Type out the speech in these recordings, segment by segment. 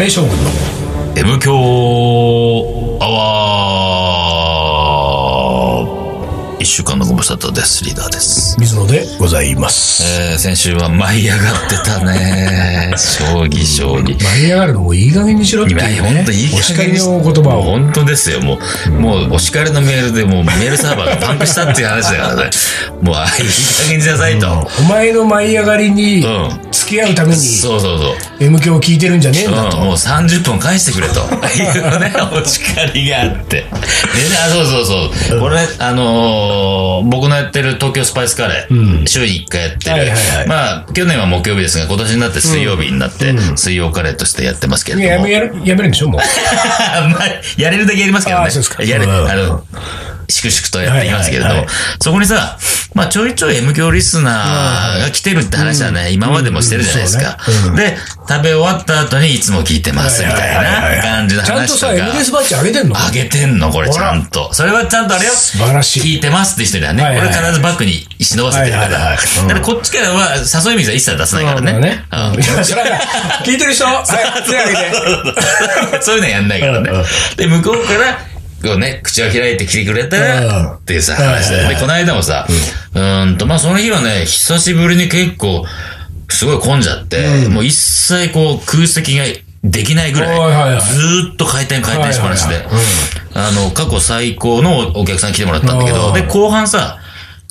レー将軍の M 強アワー一週間のご無沙汰です。リーダーです。水野でございます。えー、先週は舞い上がってたね。将棋、将棋。舞い上がるのもいい加減にしろっていういや、ほねんといい。お加叱減りにの言葉を。本当ですよ。もう、もう、お叱りのメールで、もう、メールサーバーがパンクしたっていう話だからね。もう、あいい加減にしなさいと。お前の舞い上がりにう付き合うためにん。そうそうそう。 M 響を聞いてるんじゃねえんうん、だ。もう30分返してくれ というね、お叱りがあって。でね、あそうそうそう。これ、あのー僕のやってる東京スパイスカレー、週に1回やってる、はいはいはいまあ、去年は木曜日ですが、今年になって水曜日になって、水曜カレーとしてやってますけれいどやも。やめやるやめるんでしょもう。あまあ、やれるだけやりますけどね。あそうですかやれ、うんあの、粛々とやっていきますけれども、はいはいはそこにさ、まあちょいちょい M 教リスナーが来てるって話はね、今までもしてるじゃないですか。うんで、食べ終わった後にいつも聞いてますみたいはいはいはいはない感じのちゃんと 話とさ、か。 MDS バッジ上げてんのあげてんのこれちゃんと。それはちゃんとあれよ。素晴らしい聞いてますって人にはね、はいはい俺必ずバッグに忍ばせてるから。はいはいはいうんだからこっちからは誘い水は一切出さないからね。うんいやそれは聞いてる 人、はい、手挙げて。そういうのやんないからねうんうん。で、向こうから、こうね、口を開いて来てくれたうんら、っていうさ、話はいだはよいで、この間もさ、うーんと、まあ、その日はね、久しぶりに結構、すごい混んじゃって、もう一切こう、空席ができないぐらはいはいはいい、ずーっと回転回転しっぱなしではいはいはい、あの、過去最高のお客さん来てもらったんだけうど、んで、後半さ、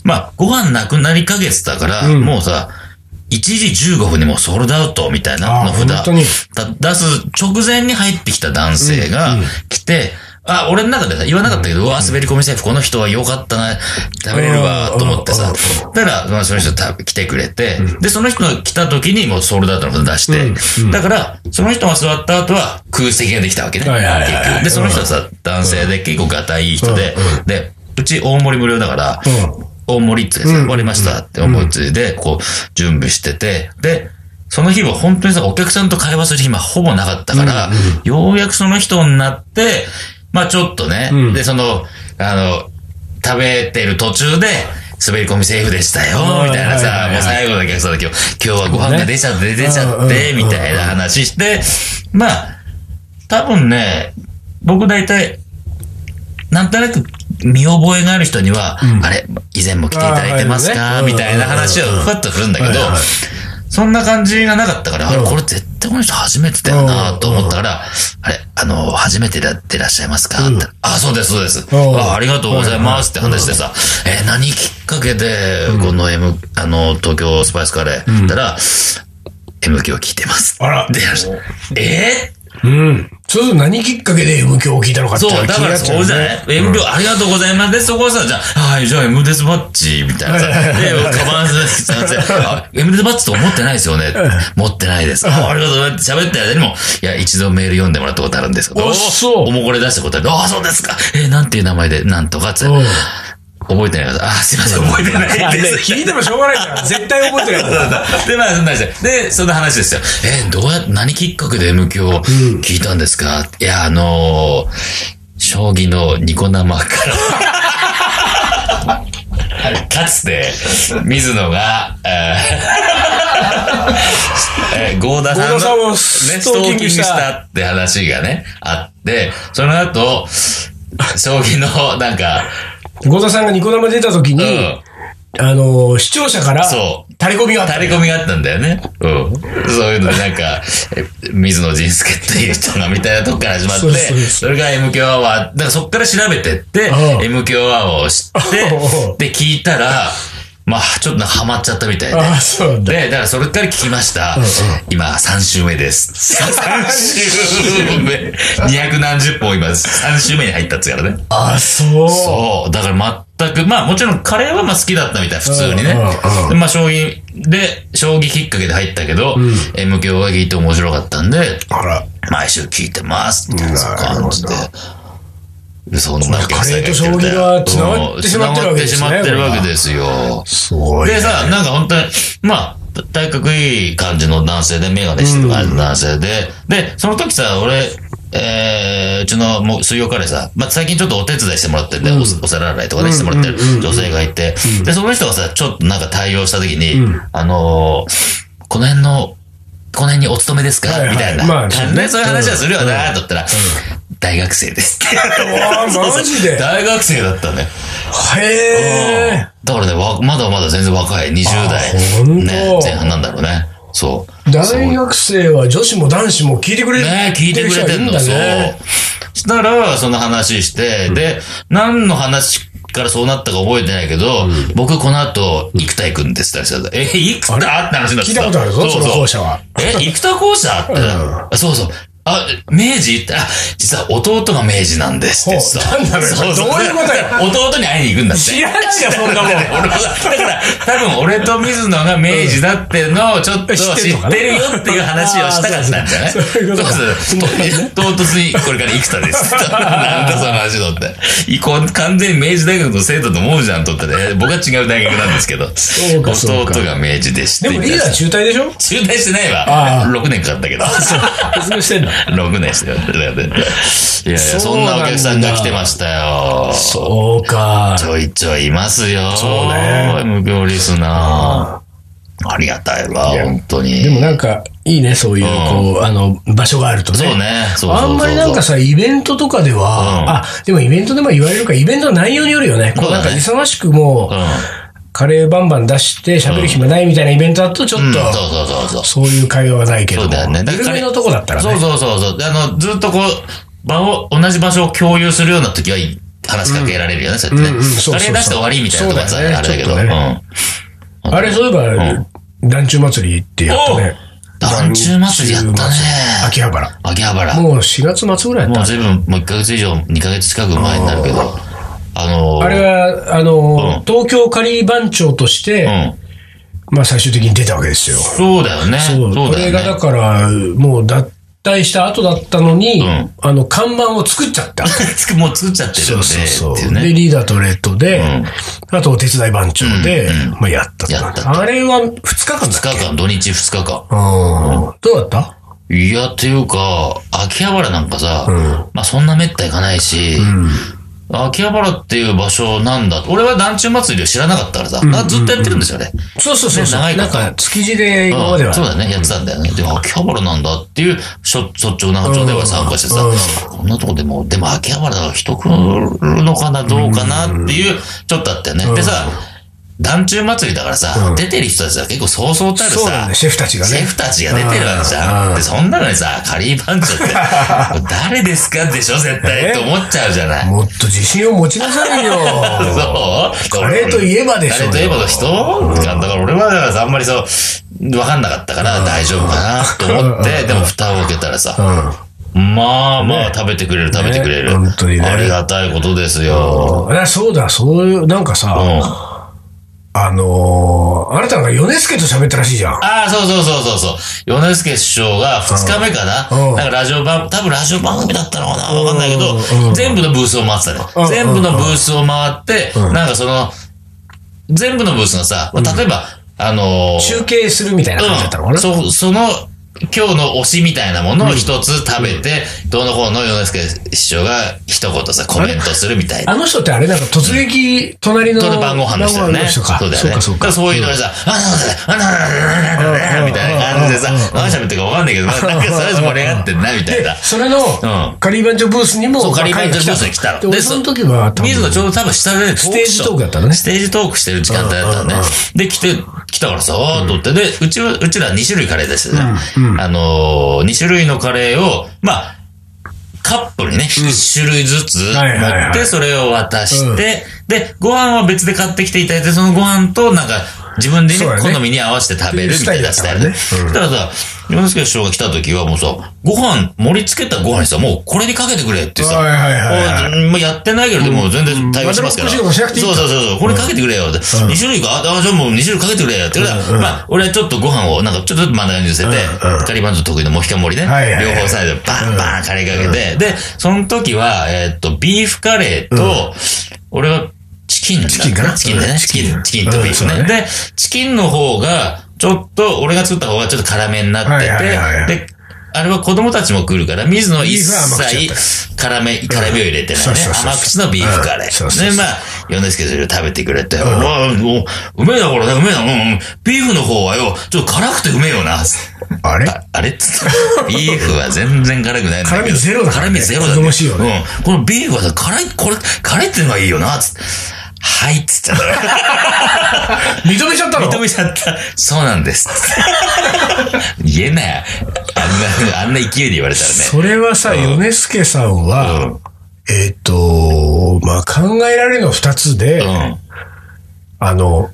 まあ、ご飯なくなりかけてたから、もうさ、1時15分にもうソールドアウトみたいなの札あー本当にだ出す直前に入ってきた男性が来て、あ、俺の中でさ、言わなかったけど、うわ、滑り込みセーフ、この人は良かったな、食べれるわ、と思ってさ。だから、まあ、その人た来てくれて、で、その人が来た時にもうソールドアウトのこと出して、だから、その人が座った後は空席ができたわけね。はいはいはい結局で、その人はさ、男性で結構ガタイいい人で、で、うち大盛り無料だから、うん大盛りって終わりましたって思いついで、こう、準備してて、で、その日は本当にさ、お客さんと会話する暇ほぼなかったから、ようやくその人になって、まあちょっとね、うんで、その、あの、食べてる途中で、滑り込みセーフでしたうよ、んみたいはないはいさ、はいもう最後のお客さんだけど、今日はご飯が出ちゃって、出ちゃっうて、んうんみたいな話して、まあ、多分ね、僕大体、なんとなく見覚えがある人には、あれ、以前も来ていただいてますああか、はいみたいな話をふわっと振るんだけどはいはい、そんな感じがなかったから、あれうんこれ絶対この人初めてだよなと思ったから、あれ、あの、初めてだってらっしゃいますかって。あ、そうです、そうです。うんあありがとうございますって話でさ、えー、何きっかけで、この M、あの、東京スパイスカレー、たら、M 響聞いてます。あらで、えーうん。そうそう、何きっかけで M 響を聞いたのかってそう、だからそうじゃない ?M 秒ありがとうございます。で、そこはさ、じゃあ、はい、じゃあ M デスバッジ、みたいなさ。で、カバンすすいませんあ M デスバッジと思ってないですよね。持ってないです。あありがとうございます。喋った間にも、いや、一度メール読んでもらったことあるんですけど。あそうおもこれ出したことある。ああ、そうですか。えー、なんていう名前で、なんとかつってうん。覚えてないから、あー、すいません、覚えて ないです。聞いてもしょうがないから、絶対覚えてないから。で、まあ、 そんな話で。で、その話ですよ。えーどうや、何きっかけで M 響を聞いたんですか、いや、あのー将棋のニコ生から。かつて、水野が、えーえー、合田さんの、合田さんをねストーキングしたストって話がね、あって、その後、将棋の、なんか、後田さんがニコ生出た時に、うんあのー、視聴者から、そう垂れ込みがあった。垂れ込みがあったんだよね。うん。そういうので、なんか、え水野仁介っていう人がみたいなとこから始まっそうて、そうそうそれが MQ アワー、だからそっから調べてって、う MQ アワーを知うんって、で、聞いたら、まあ、ちょっとなんかハマっちゃったみたいで。ああ、そうなんだ。で、だからそれから聞きました。今、3週 目です。3週目。2何十本今、3週目に入ったっつうからね。ああ、そう。そう。だから全く、まあもちろんカレーはまあ好きだったみたい、普通にねうんうんうん。でまあ将棋で、将棋きっかけで入ったけど、M 響が聞いて面白かったんで、あら。毎週聞いてます、みたいななるほ感どじで。そんなお客さんがカレいーと将棋が繋がってしまってるわけですねうん繋がってしまってるわけですよ。すごいね、でさ、なんか本当に、まあ、体格いい感じの男性で、メガネしてる感じの男性で、で、その時さ、俺、えー、うちのもう水曜カレーさ、まあ、最近ちょっとお手伝いしてもらってんだよ、おお皿洗いとかね、してもらってる女性がいて、で、その人がさ、ちょっとなんか対応した時に、あのーこの辺のこの辺にお勤めですかはいはいみたいな。まあね、そういう話はするようんなだったら、大学生ですって。わーマジ で 大学生だったね。へえ。だからね、わまだまだ全然若い、20代、あほんとね、前半なんだろうね。そう。大学生は女子も男子も聞いてくれね聞いてくれてんの、る人そがういるんだね。したら、その話して、で、何の話からそうなったか覚えてないけど、僕この後、生田君ですって話だった。え、生田って話になって聞いたことあるぞ、その校舎は。え、生田校舎って、あそうそう。あ、明治って、あ、実は弟が明治なんですってさ。ほうなんだろうそうそうどういうことよ 弟に会いに行くんだって。知らないよ、そんなもん。俺もだから、多分俺と水野が明治だってのをちょっと知ってるよっていう話をしたかったんじゃないあーそういうことかそうそう。唐突にこれから生田です。なんだその話のって。いこう完全に明治大学の生徒と思うじゃんとってね。僕は違う大学なんですけど。そうかそうか弟が明治ですでっもて言っリーてまダーした。中退でしょ中退してないあわ。ー6年かかったけど。卒業してんの6年してないやいや、そそうなんんだなお客さんが来てましたよ。そうか。ちょいちょいいますよ。そうね無料リスナー。ありがたいわ、本当に。でもなんか、いいね、そういう、こう、あの、場所があるとね。そうね。そうそうそうあそうんまりなんかさ、イベントとかでは、うんあ、でもイベントでも言われるから、イベントの内容によるよね。こそううだなんねか忙しくもうん。う、カレーバンバン出して喋る暇ないみたいなイベントだと、ちょっうん、と、そうそうそうそう。そういう会話はないけどそうも、だよね。だから緩めのとこだったらね。そうそうそうそう。であの、ずっとこう、場を、同じ場所を共有するような時はいい話しかけられるよね、そうやってうんねうんそうそうそう。あれ出して終わりみたいなとこはさ、そうだよねあれだけど。ちょっとねあれ、そういえば、団中祭りってやったね。お団中祭りやったね団中祭り秋葉原。うん。秋葉原。もう4月末ぐらいやっもたう。随分、もう1ヶ月以上、2ヶ月近く前になるけど、あのー、あれは、あの、うん東京カリー番長として、うん。まあ最終的に出たわけですよ。そうだよね。そう。そうこだれよがねだ。から、もう脱退した後だったのに、んあの、看板を作っちゃった。つくもう作っちゃってるんで、っていうで、ね。リーダーとレッドで、あとお手伝い番長で、うんまあやったとやったあれは2日間だっ2日間、土日2日間。うん。どうだったいや、っていうか、秋葉原なんかさ、まあそんなめったいかないし、秋葉原っていう場所なんだ。俺は団中祭りを知らなかったからさ、あずっとやってるんですよね。そうそうそうそう。ね長いこなんとか、築地で今までうんは。そうだね、やってたんだよね。でも、秋葉原なんだっていう、しょ、率直な状態は参加してさ、こんなとこでも、でも秋葉原が人来るのかな、どうかなっていう、ちょっとあったよね。でさ、団中祭りだからさ、出てる人たちは結構そうそうたるそうなんさだ、、シェフたちがシェね。フたちが出てるわけじゃん。で、そんなのにさ、カリー番長って、 誰ですかでしょ、絶対と思っちゃうじゃない。もっと自信を持ちなさいよ。 そうカレーといえばでしょうよカレーといえばの人だから俺はだからさあんまりそう、わかんなかったから大丈夫かなと思っうて、でも蓋を開けたらさ、まあまあ食べてくれる食べてくれる。ね本当にねありがたいことですよ。うん。あそうだ、そういう、なんかうん。さ、ああのー、あなたが米助と喋ったらしいじゃん。あ、そうそうそうそうそう。米助首相が2日目かな、うんなんかラジオ番、多分ラジオ番組だったのかなわかんないけど、うん全部のブースを回ってたね。うん全部のブースを回って、なんかその、全部のブースがさ、例えば、あのー中継するみたいな感じだったのかな。うん、そその、今日の推しみたいなものを一つ食べて、どうのこうの米助師匠が一言さ、コメントするみたいな。あの人ってあれなんか突撃、隣のその晩ご飯の人だよね。晩ご飯の人か。そうだよね。そうかそうか。そういうのでさ、あなたあなたあなたあなたみたいな感じでさ、何喋ってるかわかんないけど、なんかそれぞれ盛り上がってんな、みたいな。それのう、んカリーバンチョブースにも、そう、カリーまあバンチョブース彼にが来たの。で、俺その時は、多分水野ちょうど多分下でねステージトークだったのねステージトークしてる時間帯だったのね。で、来て、来たからさ、あーっと思って。で、うちは、うちら2種類カレー出してたじゃん。あのー、2種類のカレーを、まあ、カップにね、1種類ずつ持はいはいはいって、それを渡して、で、ご飯は別で買ってきていただいて、そのご飯と、なんか、自分でねそうだ、ね好みに合わせて食べるみたいなスタイルね。スタイだからさ、洋之介師匠が来た時はもうさ、ご飯、盛り付けたご飯にさ、もうこれにかけてくれってさ、はいはいはいはいおいもうやってないけど、でも全然対応しますから。うんそうまあでも欲しいことしなくていいそうそうそう、これかけてくれよって。2種類かあ、あじゃあもう2種類かけてくれよって。俺はまあ、俺はちょっとご飯を、なんかちょっとマナーに乗せて、カリーバンズ得意のモヒカン盛りねはいはいは。い両方サイドバンバンカレーかけて。で、その時は、えーっと、ビーフカレーと、俺はチキンだったチキンかなチキンだね。うんチキン、チキンとビーフうんそうだね。ねで、チキンの方が、ちょっと、俺が作った方がちょっと辛めになってはいはいはいはいて、で、あれは子供たちも来るから、水野一ビーフは甘口だっ切辛め、辛めを入れてないそうねそう。そう甘口のビーフカレうんそうそうー。そうで、まあ、米助それを食べてくれて、うわあもう、うめえな、これね、うめえな、うんうん。ビーフの方はよ、ちょっと辛くてうめえよな。あれああれっつ った。ビーフは全然辛くないんだけど。辛味ゼロだからね辛味ゼロだ、おぞましいよね。うん。このビーフはさ、辛い、これ、辛いっていうのがいいよな、つって。はい、っつっちゃったから。認めちゃったの認めちゃった。そうなんです。 言えなよ。あんな、あんな勢いで言われたらね。それはさ、米助さんは、うんえっ、と、まあ、考えられるのは二つで、うん。あの、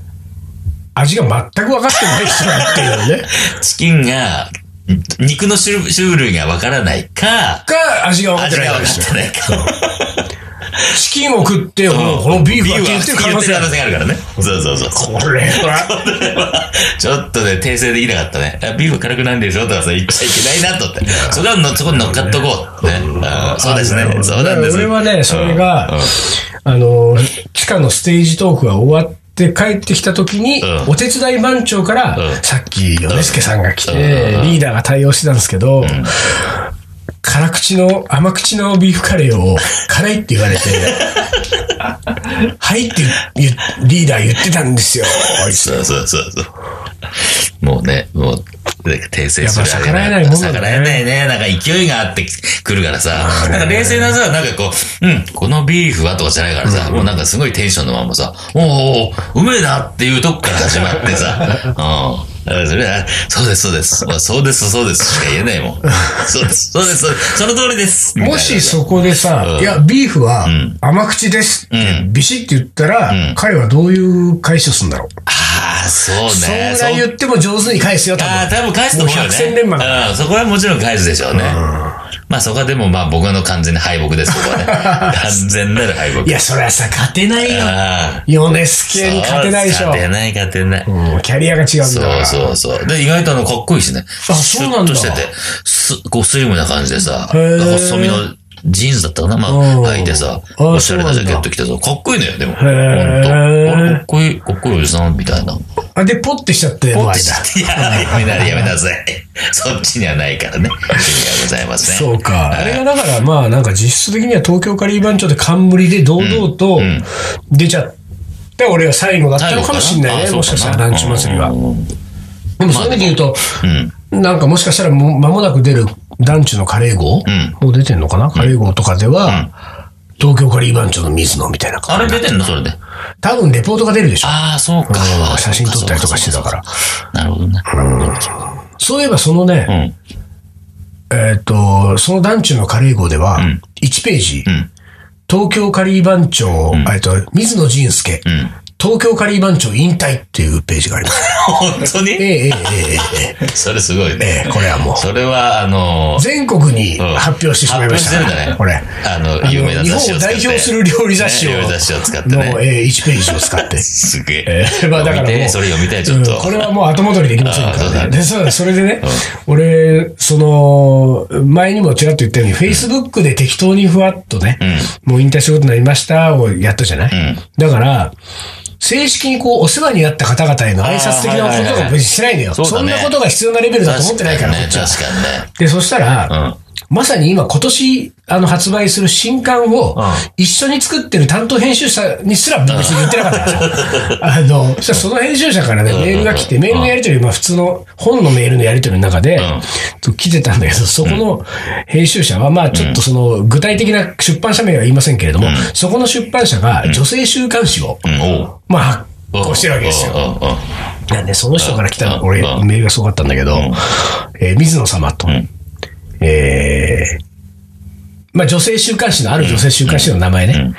味が全く分かってない人だっていう ね。チキンが、肉の種類種類がわからないか、が、味が分かって味ながいわか人ってないか。チキンを食って、もうこのビーフはって言ってる可能性ビーフはある言ってる可能性があるからね。そうそうそう。これは、ちょっとね、訂正できなかったね。あビーフ辛くないんでしょとかさ、言っちゃいけないなと思って。そこはの、そこに乗っかっとこう。ね。うんそうですね。そうなんです。俺はね、それが、あの、地下のステージトークが終わって、帰ってきた時に、うんお手伝い番長から、うんさっき、米助さんが来て、リーダーが対応してたんですけど、辛口の、甘口のビーフカレーを、辛いって言われ て、はいって言うリーダー言ってたんですよ。あいつそうそうそうそう。もうね、もう、訂正するやっぱ逆らえないもんだね逆らえないね。なんか勢いがあってくるからさ。なんか冷静なさ、なんかこう、うん、このビーフはとかじゃないからさ、もうなんかすごいテンションのままさ、おーおーうめえなっていうとこから始まって さ、うん。だからそれは、そうです、そうです。まあそうです、そうですしか言えないもん。そうです、そうです、そうですその通りです。もしう。そこでさ、いや、ビーフは甘口ですってうビシって言ったら、彼はどういう解消するんだろう。ああ、そうそんね。ぐらい言っても上手に返すよ、多ああ、分。多分返すと思うよね。もう百戦錬磨だうん、そこはもちろん返すでしょうね。まあそこはでもまあ僕の完全な敗北で す、そこはね。完全なる敗北。いや、そりゃさ、勝てないよ。ああ。米助に勝てないでしょ。勝てない、勝てない。うんキャリアが違うんだかそうら。そうそう。で、意外とあの、かっこいいしね。あそうなんだシュッとしてて、す、こう、スリムな感じでさ、へー細身のジーンズだったかなまあうん、履いてさ、あおしゃれなジそうなんだャケット着てさ、かっこいいのよ、でも。ほんと。あーれかっこいい、かっこいいおじさん、みたいな。あで、ポッてしちゃって、もうあれだ。いや、やめな、 やめなさい。そっちにはないからね。意味がございません。そうか。あはいれがだから、まあ、なんか実質的には東京カリー番長で冠で堂々とん出ちゃって、俺は最後だったのかもしんないあね。そうもかなしかしたら団地祭りは。でもそういう意味で言うと、うん。なんかもしかしたらもう間もなく出る団地のカレー号、んもう出てんのかなカレー号とかでは、東京カリー番長の水野みたいなあ感れ出てんのそれで。じ。多分レポートが出るでしょ。ああ、そうかう。ん写真撮ったりとかしてたからそうか。そうかなるほどね。そういえばそのうね、ん。えっと、その団地のカレー号では、1ページ、ん東京カリー番長、えっと、水野仁介、ん東京カリー番長引退っていうページがあり ます。本当えにええええええそれすごいえねえ。えこれはもう、 それは、あの、全国に発表してしまいましたうん発表してるんだねこれ。あの、有名な日雑誌本をを使っ代て。表する料理雑誌を。ね料理雑誌を使っての、ね。えー、1ページを使 って。すげええ。ーまあだから読みもうてそれ読みたい、ちょっうんと。これはもう後戻りできませんかあーそうらだね。ねで、そうそれでね、俺、その、前にもちらっと言ったように、Facebook で適当にふわっとね、もう引退することになりましたをやったじゃない、うんだから、正式にこう、お世話になった方々への挨拶的なあーはいはいはいことが別にしてないのよ。そうだねそんなことが必要なレベルだと思ってないから、こっ確ちかはにね。確かにね。で、そしたら、うんまさに今、今年、あの、発売する新刊をん、一緒に作ってる担当編集者にすら別に言ってなかった から、あの、そしたらその編集者からね、んメールが来て、うんメールのやりとり、まあ普通の本のメールのやりとりの中で、と来てたんだけど、そこの編集者は、まあちょっとその、具体的な出版社名は言いませんけれども、そこの出版社が女性週刊誌を、うん、おう。まあ発行してるわけですよ。うん。うんうんなんで、その人から来たうの、ん俺、うんメールがすごかったんだけど、えー水野様と、んえーまあ、女性週刊誌の、ある女性週刊誌の名前ね、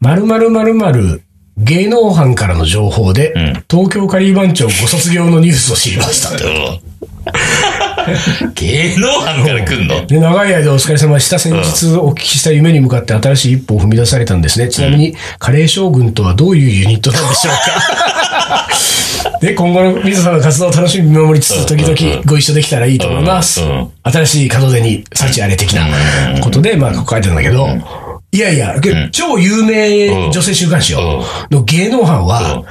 〇〇〇〇芸能班からの情報で、ん東京カリー番長ご卒業のニュースを知りました。うん 芸能班から来 んので長い間お疲れ様でした。先日お聞きした夢に向かって新しい一歩を踏み出されたんですね。ちなみに、カレー将軍とはどういうユニットなんでしょうか で、今後の水野さんの活動を楽しみに見守りつつ、時々ご一緒できたらいいと思いますうんうん。新しい門出に幸あれ的なことで、まあ、ここ書いてるんだけど、いやいや、け超有名女性週刊誌よの芸能班は、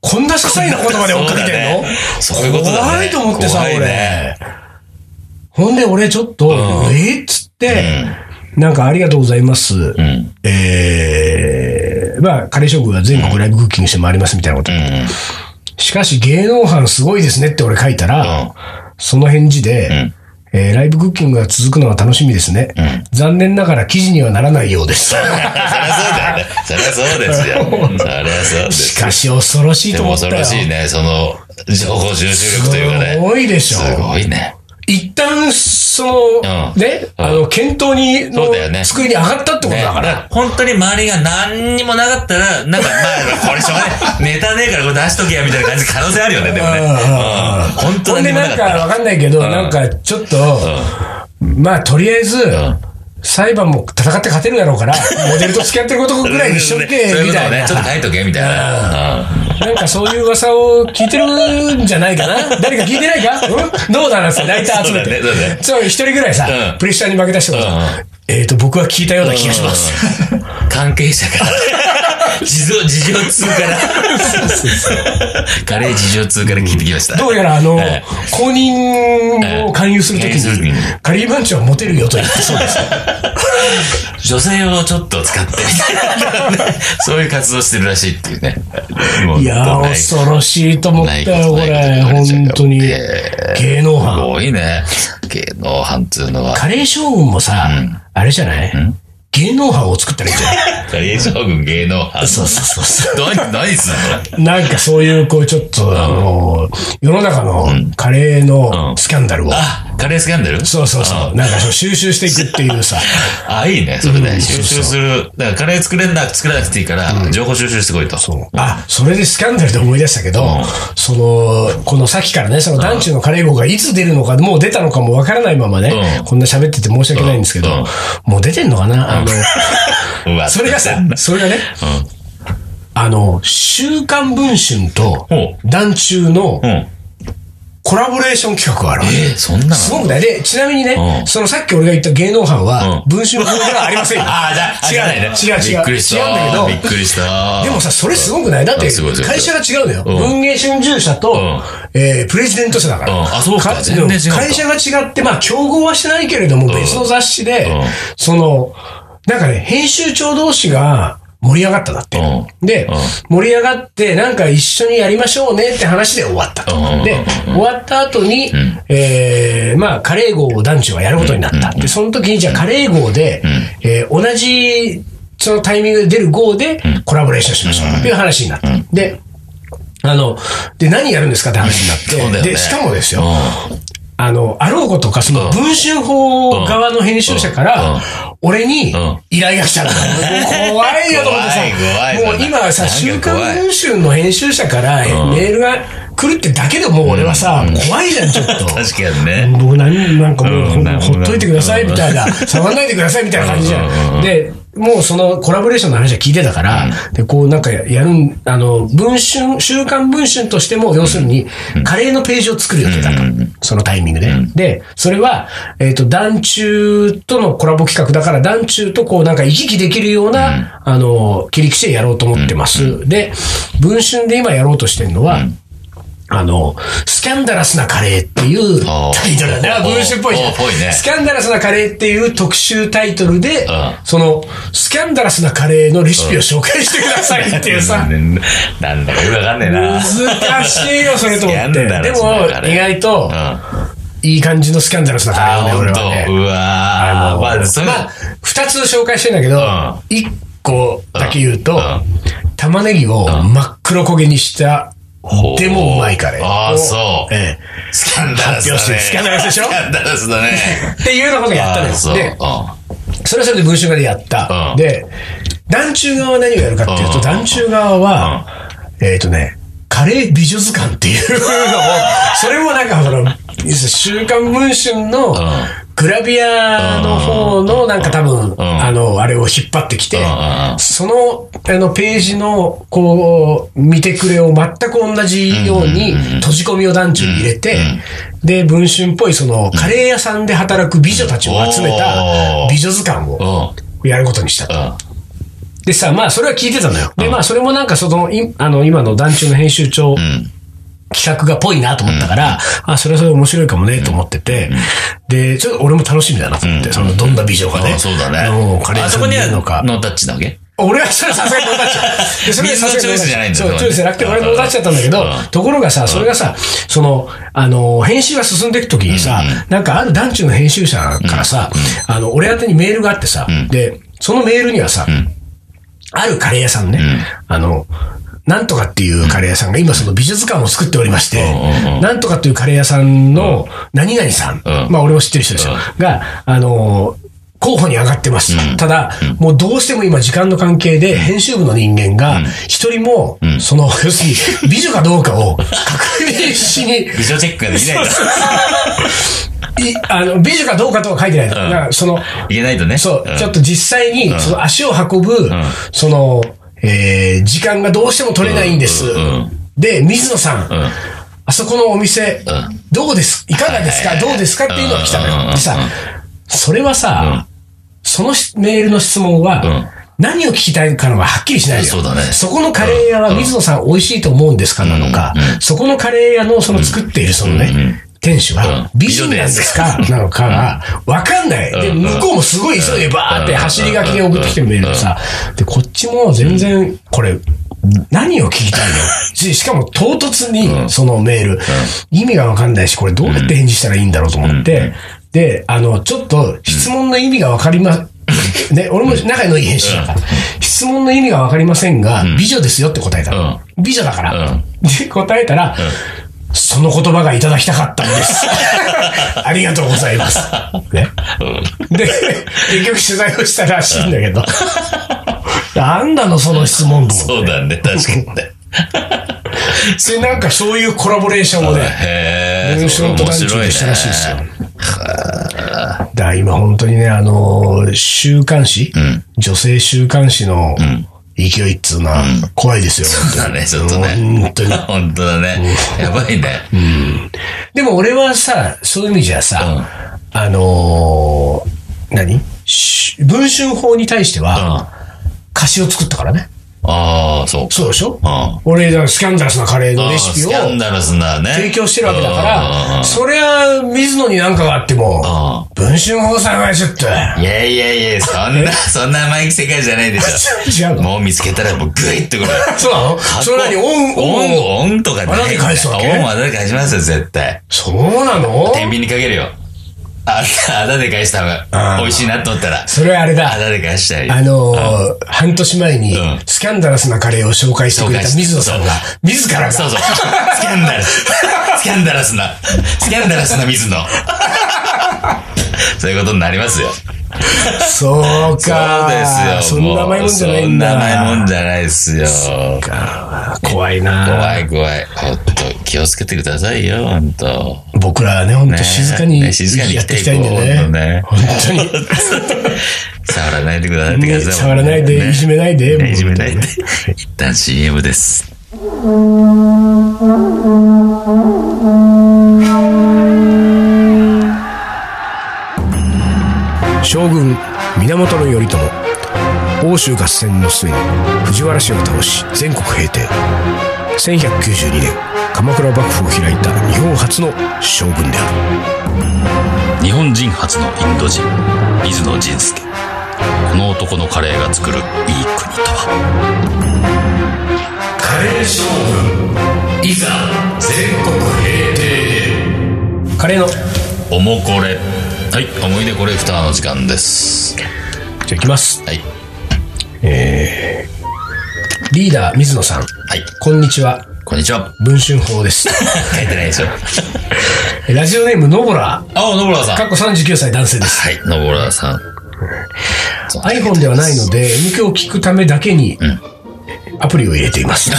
こんな些細なことまで追っかけてんのそうだねそういうことだね怖いと思ってさ、怖いね俺。ほんで、俺ちょっと、えーっつって、なんかありがとうございます。うん。えー、まあ、カレー将軍は全国ライブクッキングして回りますみたいなこと。うん。しかし、芸能班すごいですねって俺書いたら、うんその返事で、んえーライブクッキングが続くのは楽しみですね。残念ながら記事にはならないようです。そりゃそうだよね。そりゃそうですよ。そりゃそう です。しかし恐ろしいでとも思った恐よ。ろしいね、その、情報収集力というかね。すごいでしょすごいね。一旦、その、うんね、うんあの、検討に、のそうだよね机に上がったってことだから。ね本当に周りが何にもなかったら、なんか、まあ、これしょうがない。ネタねえからこれ出しとけや、みたいな感じ、可能性あるよね、でもね。ううんんうんうん本当ほん何でにもななかんかったら。わかんないけど、なんかちょっと、まあとりあえず、ん裁判も戦って勝てるだろう から、モデルと付き合ってることぐらいにしとけ、そういみうことたをいねな。、ちょっと書いとけ、みたいな。うんなんかそういう噂を聞いてるんじゃない かな誰か聞いてないかうんどうだなんつってライター集めてそうだねそうだ。ねそう、一人ぐらいさう、んプレッシャーに負けた人がさ、えっと、僕は聞いたような気がします。うん。関係者から。事情、事情通から。 カレー事情通から聞いてきました。 どうやらあのえ、公認を勧誘するときええ勧誘する時にに、カリー番長はモテるよと言 ってそうです。女性をちょっと使ってみ たいな、そういう活動してるらしいっていうね。もういやなー、恐ろしいと思ったよ、こなれ。いことないこと本当に言われちゃう。よ芸能す犯。ごいね。芸能犯っていうのは。カレー将軍もさ、あれじゃない芸能犯を作ったらいいんじゃないカレー将軍芸能犯。そうそうそうそ何、何すんう。なんかそういう、こう、ちょっと、あの、世の中のカレーのスキャンダルを。のカレースキャンダルそうそうそう。なんかそう収集していくっていうさ。あ、いいね。それうね。ん収集する。だからカレー作れな、作らなくていいから、情報収集してこいと。そうあ、それでスキャンダルで思い出したけど、んその、このさっきからね、その団中のカレー号がいつ出るのか、もう出たのかもわからないままね、うんこんな喋ってて申し訳ないんですけど、うんうんもう出てんのかな、あの、うわそれがさ、それがね、あの、週刊文春とほ団中のうん。えコラボレーション企画があるわけ。ー、そんなのすごくないで、ちなみにね、うんそのさっき俺が言った芸能班は、うん。文春風ではありませんよ ああ、じゃ違うあ、あじゃないね。違う違うびっくりした。違うんだけどびっくりした。でもさ、それすごくないだってあすごいす、ごい会社が違うのよ。うん文芸春秋社と、んえープレジデント社だから。うんあそうか全然違うか会社が違って、まあ、競合はしてないけれども、別の雑誌で、うんその、なんかね、編集長同士が盛り上がったんだって。うで、うん盛り上がって、なんか一緒にやりましょうねって話で終わったと。うんで、終わった後に、えーまあ、カレー号を団長がやることになった。で、その時に、じゃあカレー号で、えー同じ、そのタイミングで出る号でコラボレーションしましょうっていう話になった。で、あの、で、何やるんですかって話になって、そうだよねで、しかもですよ、うんあの、あろうことか、その、文春法側の編集者からうん、俺にん依頼が来たの。もう怖いよと思ってさ怖い怖い、もう今さ、な週んか刊怖い文春の編集者からメールが来るってだけでもう俺はさ、怖いじゃん、ちょっと。確かにね。僕何、なんかもう、うんほなるほほどっといてくださいみたいな、触んないでくださいみたいな感じじうんうんゃ。うんんで、もうそのコラボレーションの話は聞いてたから、で、こうなんかややるん、あの、文春、週刊文春としても、要するに、カレーのページを作る予定だと。そのタイミングで。で、それは、えっと、団中とのコラボ企画だから、団中とこうなんか行き来できるような、あの、切り口でやろうと思ってます。で、文春で今やろうとしてるのは、あの、スキャンダラスなカレーっていうあータイトルだね。あおー文春っぽいじゃんおーぽいねスキャンダラスなカレーっていう特集タイトルでん、その、スキャンダラスなカレーのレシピを紹介してくださいっていうさ、 なんだかよくわかんねえな。難しいよ、それと思っスキて。ャンダでラもスなカ、レー意外とうん、いい感じのスキャンダラスなカレーあ、をね、ほ俺んはねと。。うわー。まあ、それまあ、二つ紹介してんだけどん、一個だけ言ううとん、玉ねぎを真っ黒焦げにした、ほうでもうまいカレー。あーそうええスキャンダラス発だね。表してるスキャンダラスでしょスキャンダラスだね。っていうの ことやったあのーよ。そう。で、うそれはそれで文春側でやった。うんで、団中側は何をやるかっていううと、ん団中側は、えっ、とね、カレー美女図鑑っていうのを、それもなんか、その、週刊文春のグラビアの方の、なんか多分、あの、あれを引っ張ってきてうん、その、あの、ページの、こう、見てくれを全く同じように、閉じ込みを団中に入れて、で、文春っぽい、その、カレー屋さんで働く美女たちを集めたおー美女図鑑を、ん。うん。やることにしたと。うんでさ、まあ、それは聞いてたのよ。で、まあ、それもなんか、その、いあの、今の団中の編集長、企画がぽいなと思ったから、あ、それはそれ面白いかもね、と思ってて、で、ちょっと俺も楽しみだなと思って、その、どんな美女がね、あそうだね。あのカレーあ屋そさこんににいはるのか。ノータッチなわけ俺はそれさすがに儲かっちゃ う。でそれはさすがに儲かっ水のチョイスちじゃないんだよそう、チョイスじゃなくて、うん俺儲かっちゃったんだけど、ところがさ、それがさ、その、あの、編集が進んでいくときにさ、なんかある団中の編集者からさ、あの、俺宛てにメールがあってさ、で、そのメールにはさ、あるカレー屋さんね、あの、なんとかっていうカレー屋さんが今その美術館を作っておりましてうんうんう、んなんとかっていうカレー屋さんの何々さん、うんまあ俺も知ってる人でしょ、が、あのー候補に上がってます。ただ、もうどうしても今時間の関係で編集部の人間が一人も、その、要するに美女かどうかを確認しに、美女チェックができないと。いあの美女かどうかとは書いてないと。だからその、いけないとね。そう、んちょっと実際に、その足を運ぶ、その、えー時間がどうしても取れないんです。うんうんで、水野さん、んあそこのお店、んどうですいかがですかどうですかっていうのが来たのうんうんうんうよ。んでさ、それはさ、そのしメールの質問は、ん何を聞きたいかのははっきりしないのよ。そうだねそこのカレー屋は水野さん美味しいと思うんですかなのか、そこのカレー屋のその作っているそのね、店主はうん美人なんですかなのかが、わかんない。で、うん向こうもすごい急いでバーって走り書きで送ってきてるメールでさ、で、こっちも全然、これ、何を聞きたいのししかも唐突に、そのメール、意味がわかんないし、これどうやって返事したらいいんだろうと思って、で、あの、ちょっと質問の意味がわかりま、ね、俺も仲のいい編集だから、質問の意味がわかりませんが、美女ですよって答えたの。美女だから。うんで、答えたら、その言葉がいただきたかったんです。ありがとうございます。ね。で、結局取材をしたらしいんだけ ど。なんだの、その質問と思ってそうだね、確かにね。で、なんかそういうコラボレーションをね、へ面え。白いと面白いねしたらしいですよ。だから今本当にね、あのー週刊誌、女性週刊誌の勢いっつうのは怖いですよ。そうだね、ちょっとね。本当に。本当だね。やばいね。でも俺はさ、そういう意味じゃさ、あのー何し文春法に対しては、歌詞を作ったからね。ああ、そう。そうでしょうん俺、だからスキャンダラスなカレーのレシピをスキャンダルスなね。提供してるわけだかうんうんうら、んそりゃ、水野になんかがあっても、あ文春法さんがちょっと、あいやいやいや、そんな、そんな甘い世界じゃないでし 違うのょ。もう見つけたらもうグイってくる。そうなのそれなりにオン、オンを。オン、オンとかあなたに返すわけオンはあなたに返しますよ、絶対。そうなの天秤にかけるよ。あ、あなたで返した方あがー美味しいなと思ったら、それはあれあだ。なたで返したい。あのー、半年前にん、スキャンダラスなカレーを紹介してくれた紹介して水野さんが、自らが、そうそう。スキャンダルス。スキャンダラスな。スキャンダラスな水 野。そういうことになりますよ。そうか。そうですそよ。んな甘いもんじゃないもうそんんだ。な甘いもんじゃないですよ。か怖いな怖い怖い。ほんと、気をつけてくださいよ、ほんと。 僕らはね、ほんと静かに、ね静かにや生っていききたていいんこうでほんとね。ね本当に。触らないでくださいって感じだもんね触らないで、いじめないで。ねいじめないで本。一旦 CM です。当に将軍、源頼朝。欧州合戦の末に藤原氏を倒し、全国平定。1192年、鎌倉幕府を開いた日本初の将軍である。日本人初のインド人水野仁介この男のカレーが作るいい国とはカレー将いざ全国平軍。定カレーの。じゃおもこれはい思い出コレクターの時間ですあいきます。はいリーダー、水野さん。はいこんにちは。こんにちは文春法 です。書いてないでしょラジオネーム、ノボラあお野村さんかっこ39歳男性です。はい野村さん iPhone ではないので、M 響を聞くためだけに、アプリを入れてい ます。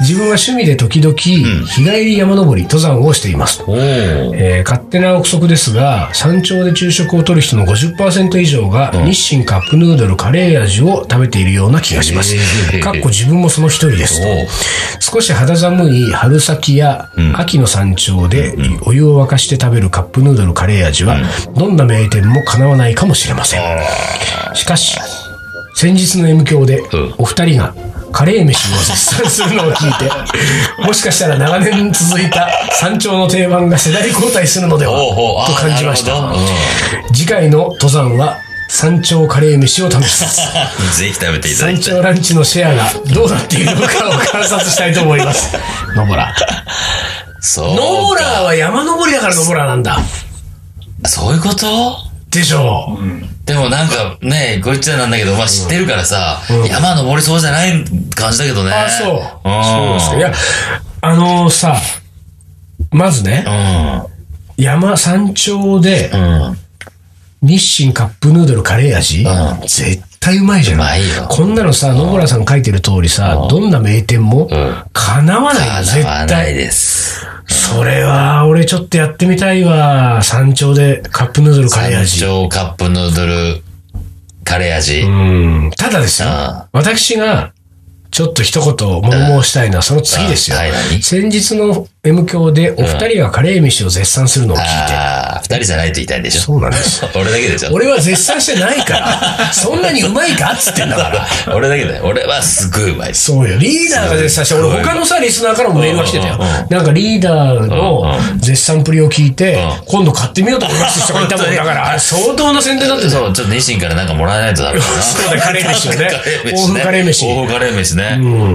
自分は趣味で時々、日帰り山登り、登山をしています。おおえー勝手な憶測ですが、山頂で昼食をとる人の50%以上が、日清カップヌードルカレー味を食べているような気がしますへ。ーかっこ自分もその一人ですと。少し肌寒い春先や秋の山頂でお湯を沸かして食べるカップヌードルカレー味は、どんな名店もかなわないかもしれません。しかし、先日の M 響でんお二人がカレー飯を絶賛するのを聞 いて、もしかしたら長年続いた山頂の定番が世代交代するのではおうおうあーと感じましたなるほどうん。次回の登山は山頂カレー飯を試す。ぜひ食べていただ山きたい。頂ランチのシェアがどうなっているのかを観察したいと思います。ノボラ。そう。ノボラーは山登りだからノボラーなんだ。そういうことでしょう。でもなんかね、こいつらなんだけど、まあ知ってるからさ、うん山登りそうじゃない感じだけどね。あ、そう。そううん。ですか。いや、あのさ、まずね、山山頂でうん。うん。日清カップヌードルカレー味、ん絶対うまいじゃない。うまいよこんなのさ、野村さん書いてる通りさ、どんな名店もん叶わないよ、絶叶わない対。です。それは、俺ちょっとやってみたいわ。山頂でカップヌードルカレー山味。頂カップヌードルカレー味。うん。ただですよあ。私が、ちょっと一言物申したいのは、その次ですよあはい何。先日の M 響でお二人がカレー飯を絶賛するのを聞いて。ああ、二人じゃないと言いたいんでしょそうなんです。俺だけでしょ俺は絶賛してないから、 そんなにうまいかっつってんだから。俺だけだよ。俺はすごいうまいです。そうよ。リーダーが絶賛して、俺他のさ、リスナーからもメールが来てたようんうんう。なんかリーダーの絶賛ぷりを聞いてう、今度買ってみようと思います人がいたもんだから、あれ相当な宣伝だ ってそう、ちょっと日清からなんかもらえないとダメだな。そうだカレー飯をね飯欧風カレー飯欧風カレー飯ね。んう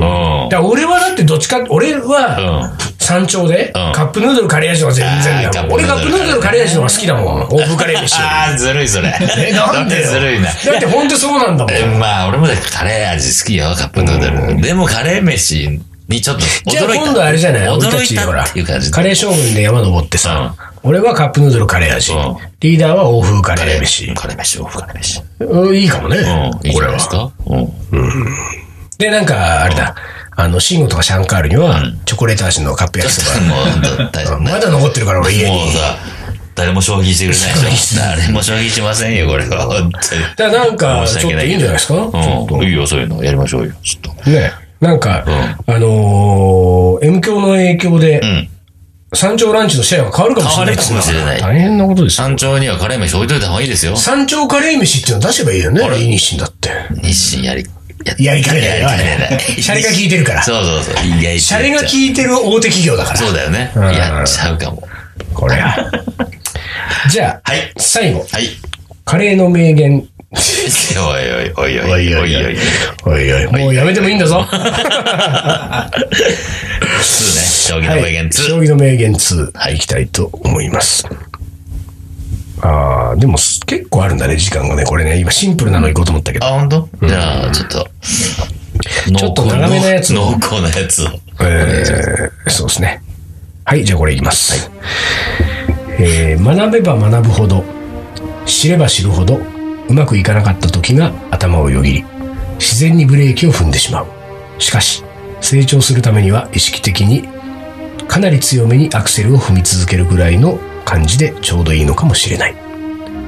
んだから俺はだってどっちか、俺はうん山頂でうんカップヌードルカレー味の方が全然だあもーん。俺カップヌードルカレー味の方が好きだ もん。欧風カレー飯よああ、ずるいそれ。り。え、なんでよずるいな。だって本当そうなんだもん。えまあ、俺もねカレー味好きよ、カップヌードル。でもカレー飯にちょっと驚いじゃた。あ今度あれじゃない俺驚たいちほたらっていう感じ。カレー将軍で山登ってさ、俺はカップヌードルカレー味うん。リーダーは欧風カレーう飯ん。カレー飯、欧風カレー飯。うんいいかもね。うん、いいじこれゃないですは。か。うん。で、なんか、あれだ。あの、シンゴとかシャンカールには、チョコレート味のカップ焼きそば。もう、大丈夫。まだ残ってるから、俺家もうに。さ、誰も消費してくれないでしょ。誰も消費しませんよ、これは。本当に。だからなんか、申しちょっと訳ないいいんじゃないですかちょっとうん。いいよ、そういうの。やりましょうよ。ちょっと。ね。なんか、あのー、M 響の影響でう、ん。山頂ランチのシェアが変わるかもしれないです変わるかもしれない大変なことですよ。山頂にはカレー飯置いといた方がいいですよ。山頂カレー飯っていうの出せばいいよね。いい日清だって。日清やり、やりかねないよあれやりかねシャレが効いてるからそうそうそう。意外シャレが効いてる大手企業だから。そうだよね。んやっちゃうかも。これは。じゃあ、はい最後、はい。カレーの名言。おいおいおいおいおいおい。おいおい、もうやめてもいいんだぞ。 2ね。将棋の名言将2。棋の名言2、はい、いきたいと思います。ああ、でもす結構あるんだね、時間がね。これね、今シンプルなの行こうと思ったけど。あ、ほんとじゃあ、ちょっと。ちょっと長めのやつ濃厚なやつを。えーそうですね。はい、じゃあこれいきます。えー学べば学ぶほど、知れば知るほど、うまくいかなかった時が頭をよぎり、自然にブレーキを踏んでしまう。しかし、成長するためには意識的に、かなり強めにアクセルを踏み続けるぐらいの感じでちょうどいいのかもしれない。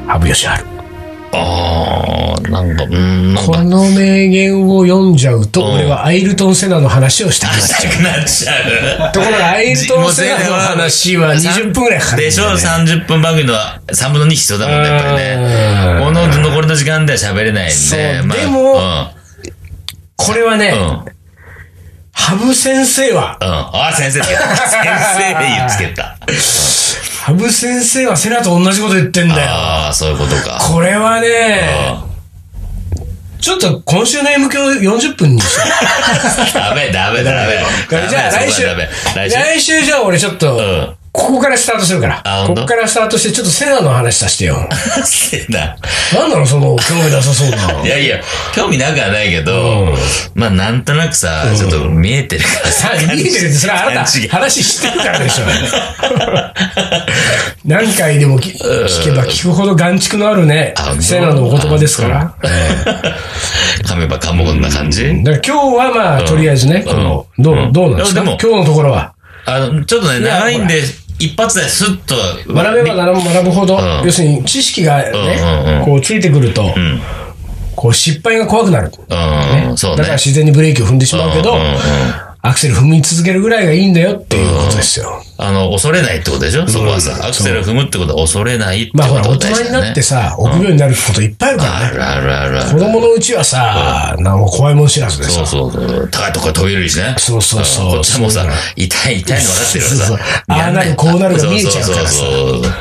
羽生善治。あー、なんか、うーん、なんかこ。の名言を読んじゃうと、ん俺はアイルトン・セナの話をしたくなっちゃう。したくなっちゃう。ところが、アイルトン・セナの話は20分ぐらいかかるんでだしよょね、 ?30 分番組の3分の2必要だもんね、やっぱりね。うんこの残りの時間では喋れないんそうで。まあでもこれはね、うん。うん。うん。羽生先生は、あ、先生つけた。先生つけた。羽生先生はセナと同じこと言ってんだよ。ああ、そういうことか。これはね、ちょっと今週の M 響40分にしよダメ、ダメ、ダメ。うじゃあ ダメ来週そこはダメ、来週。来週じゃあ俺ちょっと、んここからスタートするからあ。こ本当こからスタートして、ちょっとセナの話させ てよ。してんだ。なんなのその、興味なさそうな。いやいや、興味なくはないけど、まあなんとなくさ、ちょっと見えてるからささ。あ、 見えてるって、それはあな勘違た、い話知ってるからでしょ。 何回でもき聞けば聞くほど眼畜のあるねあ、そうセナのお言葉ですから。え噛めば噛むこんな感じ、えだから今日はまあ、とりあえずね、この、どう、どうなんですかいや今で日のところは。あの、ちょっとね、や長いんで、一発でスッと。学べば学ぶ学ぶほどん、要するに知識がうんうんねう、んこうついてくると、こう失敗が怖くなる。うん、そうだね。から自然にブレーキを踏んでしまうけどうんうんうん、アクセル踏み続けるぐらいがいいんだよっていうことですよ。あの、恐れないってことでしょそこはうんさ、アクセル踏むってことは恐れないってこまあほら、と大が大事人にだよなねって。さ、臆病になることいっぱいあるからねあ。るあるあるあ子る。供のうちはさ、なんか怖いもん知らずでそさう。そうそう。高いとこから飛び降りるしね。そうそうそうんこっちはもうさ、痛い痛いの分かってるそうそうかそうらさ。ああなるこうなるが見えちゃうからさそうそうそうそう。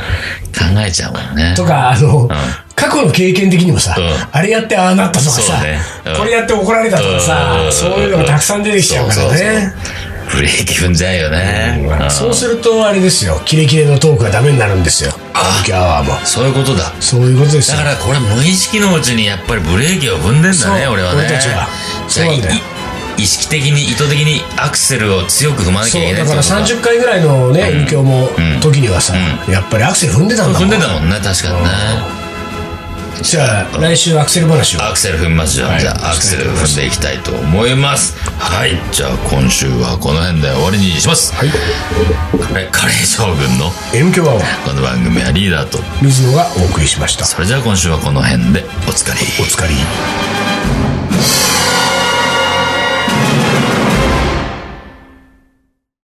考えちゃうもんね。とか、あの、過去の経験的にもさ、うんあれやってああなったとかさ、そうねうんこれやって怒られたとかさ、うんそういうのがたくさん出てきちゃうからね。そうそうそうブレーキ踏んじゃうよね。うんそうすると、あれですよ、キレキレのトークがダメになるんですよ。あ歌舞伎アワーも。そういうことだ。そういうことですだよか。らこれ無意識のうちにやっぱりブレーキを踏んでんだね、そう俺はね。俺たちはそうなんだよい意識的に意図的にアクセルを強く踏まなきそゃいけう、なだいってかこらとだ。 30回ぐらいのね、勉強も時にはさ、やっぱりアクセル踏んでたんだもん踏ん。でたもんね、確かにね。じゃあ、来週アクセル話を。アクセル踏みますじゃあ、はいじゃあアクセル踏んでいきたいと思います。はい。じゃあ今週はこの辺で終わりにします。はい。カレーカレー将軍の M 響アワー、この番組はリーダーと。水野がお送りしました。それじゃあ今週はこの辺でおつかり。お疲れ。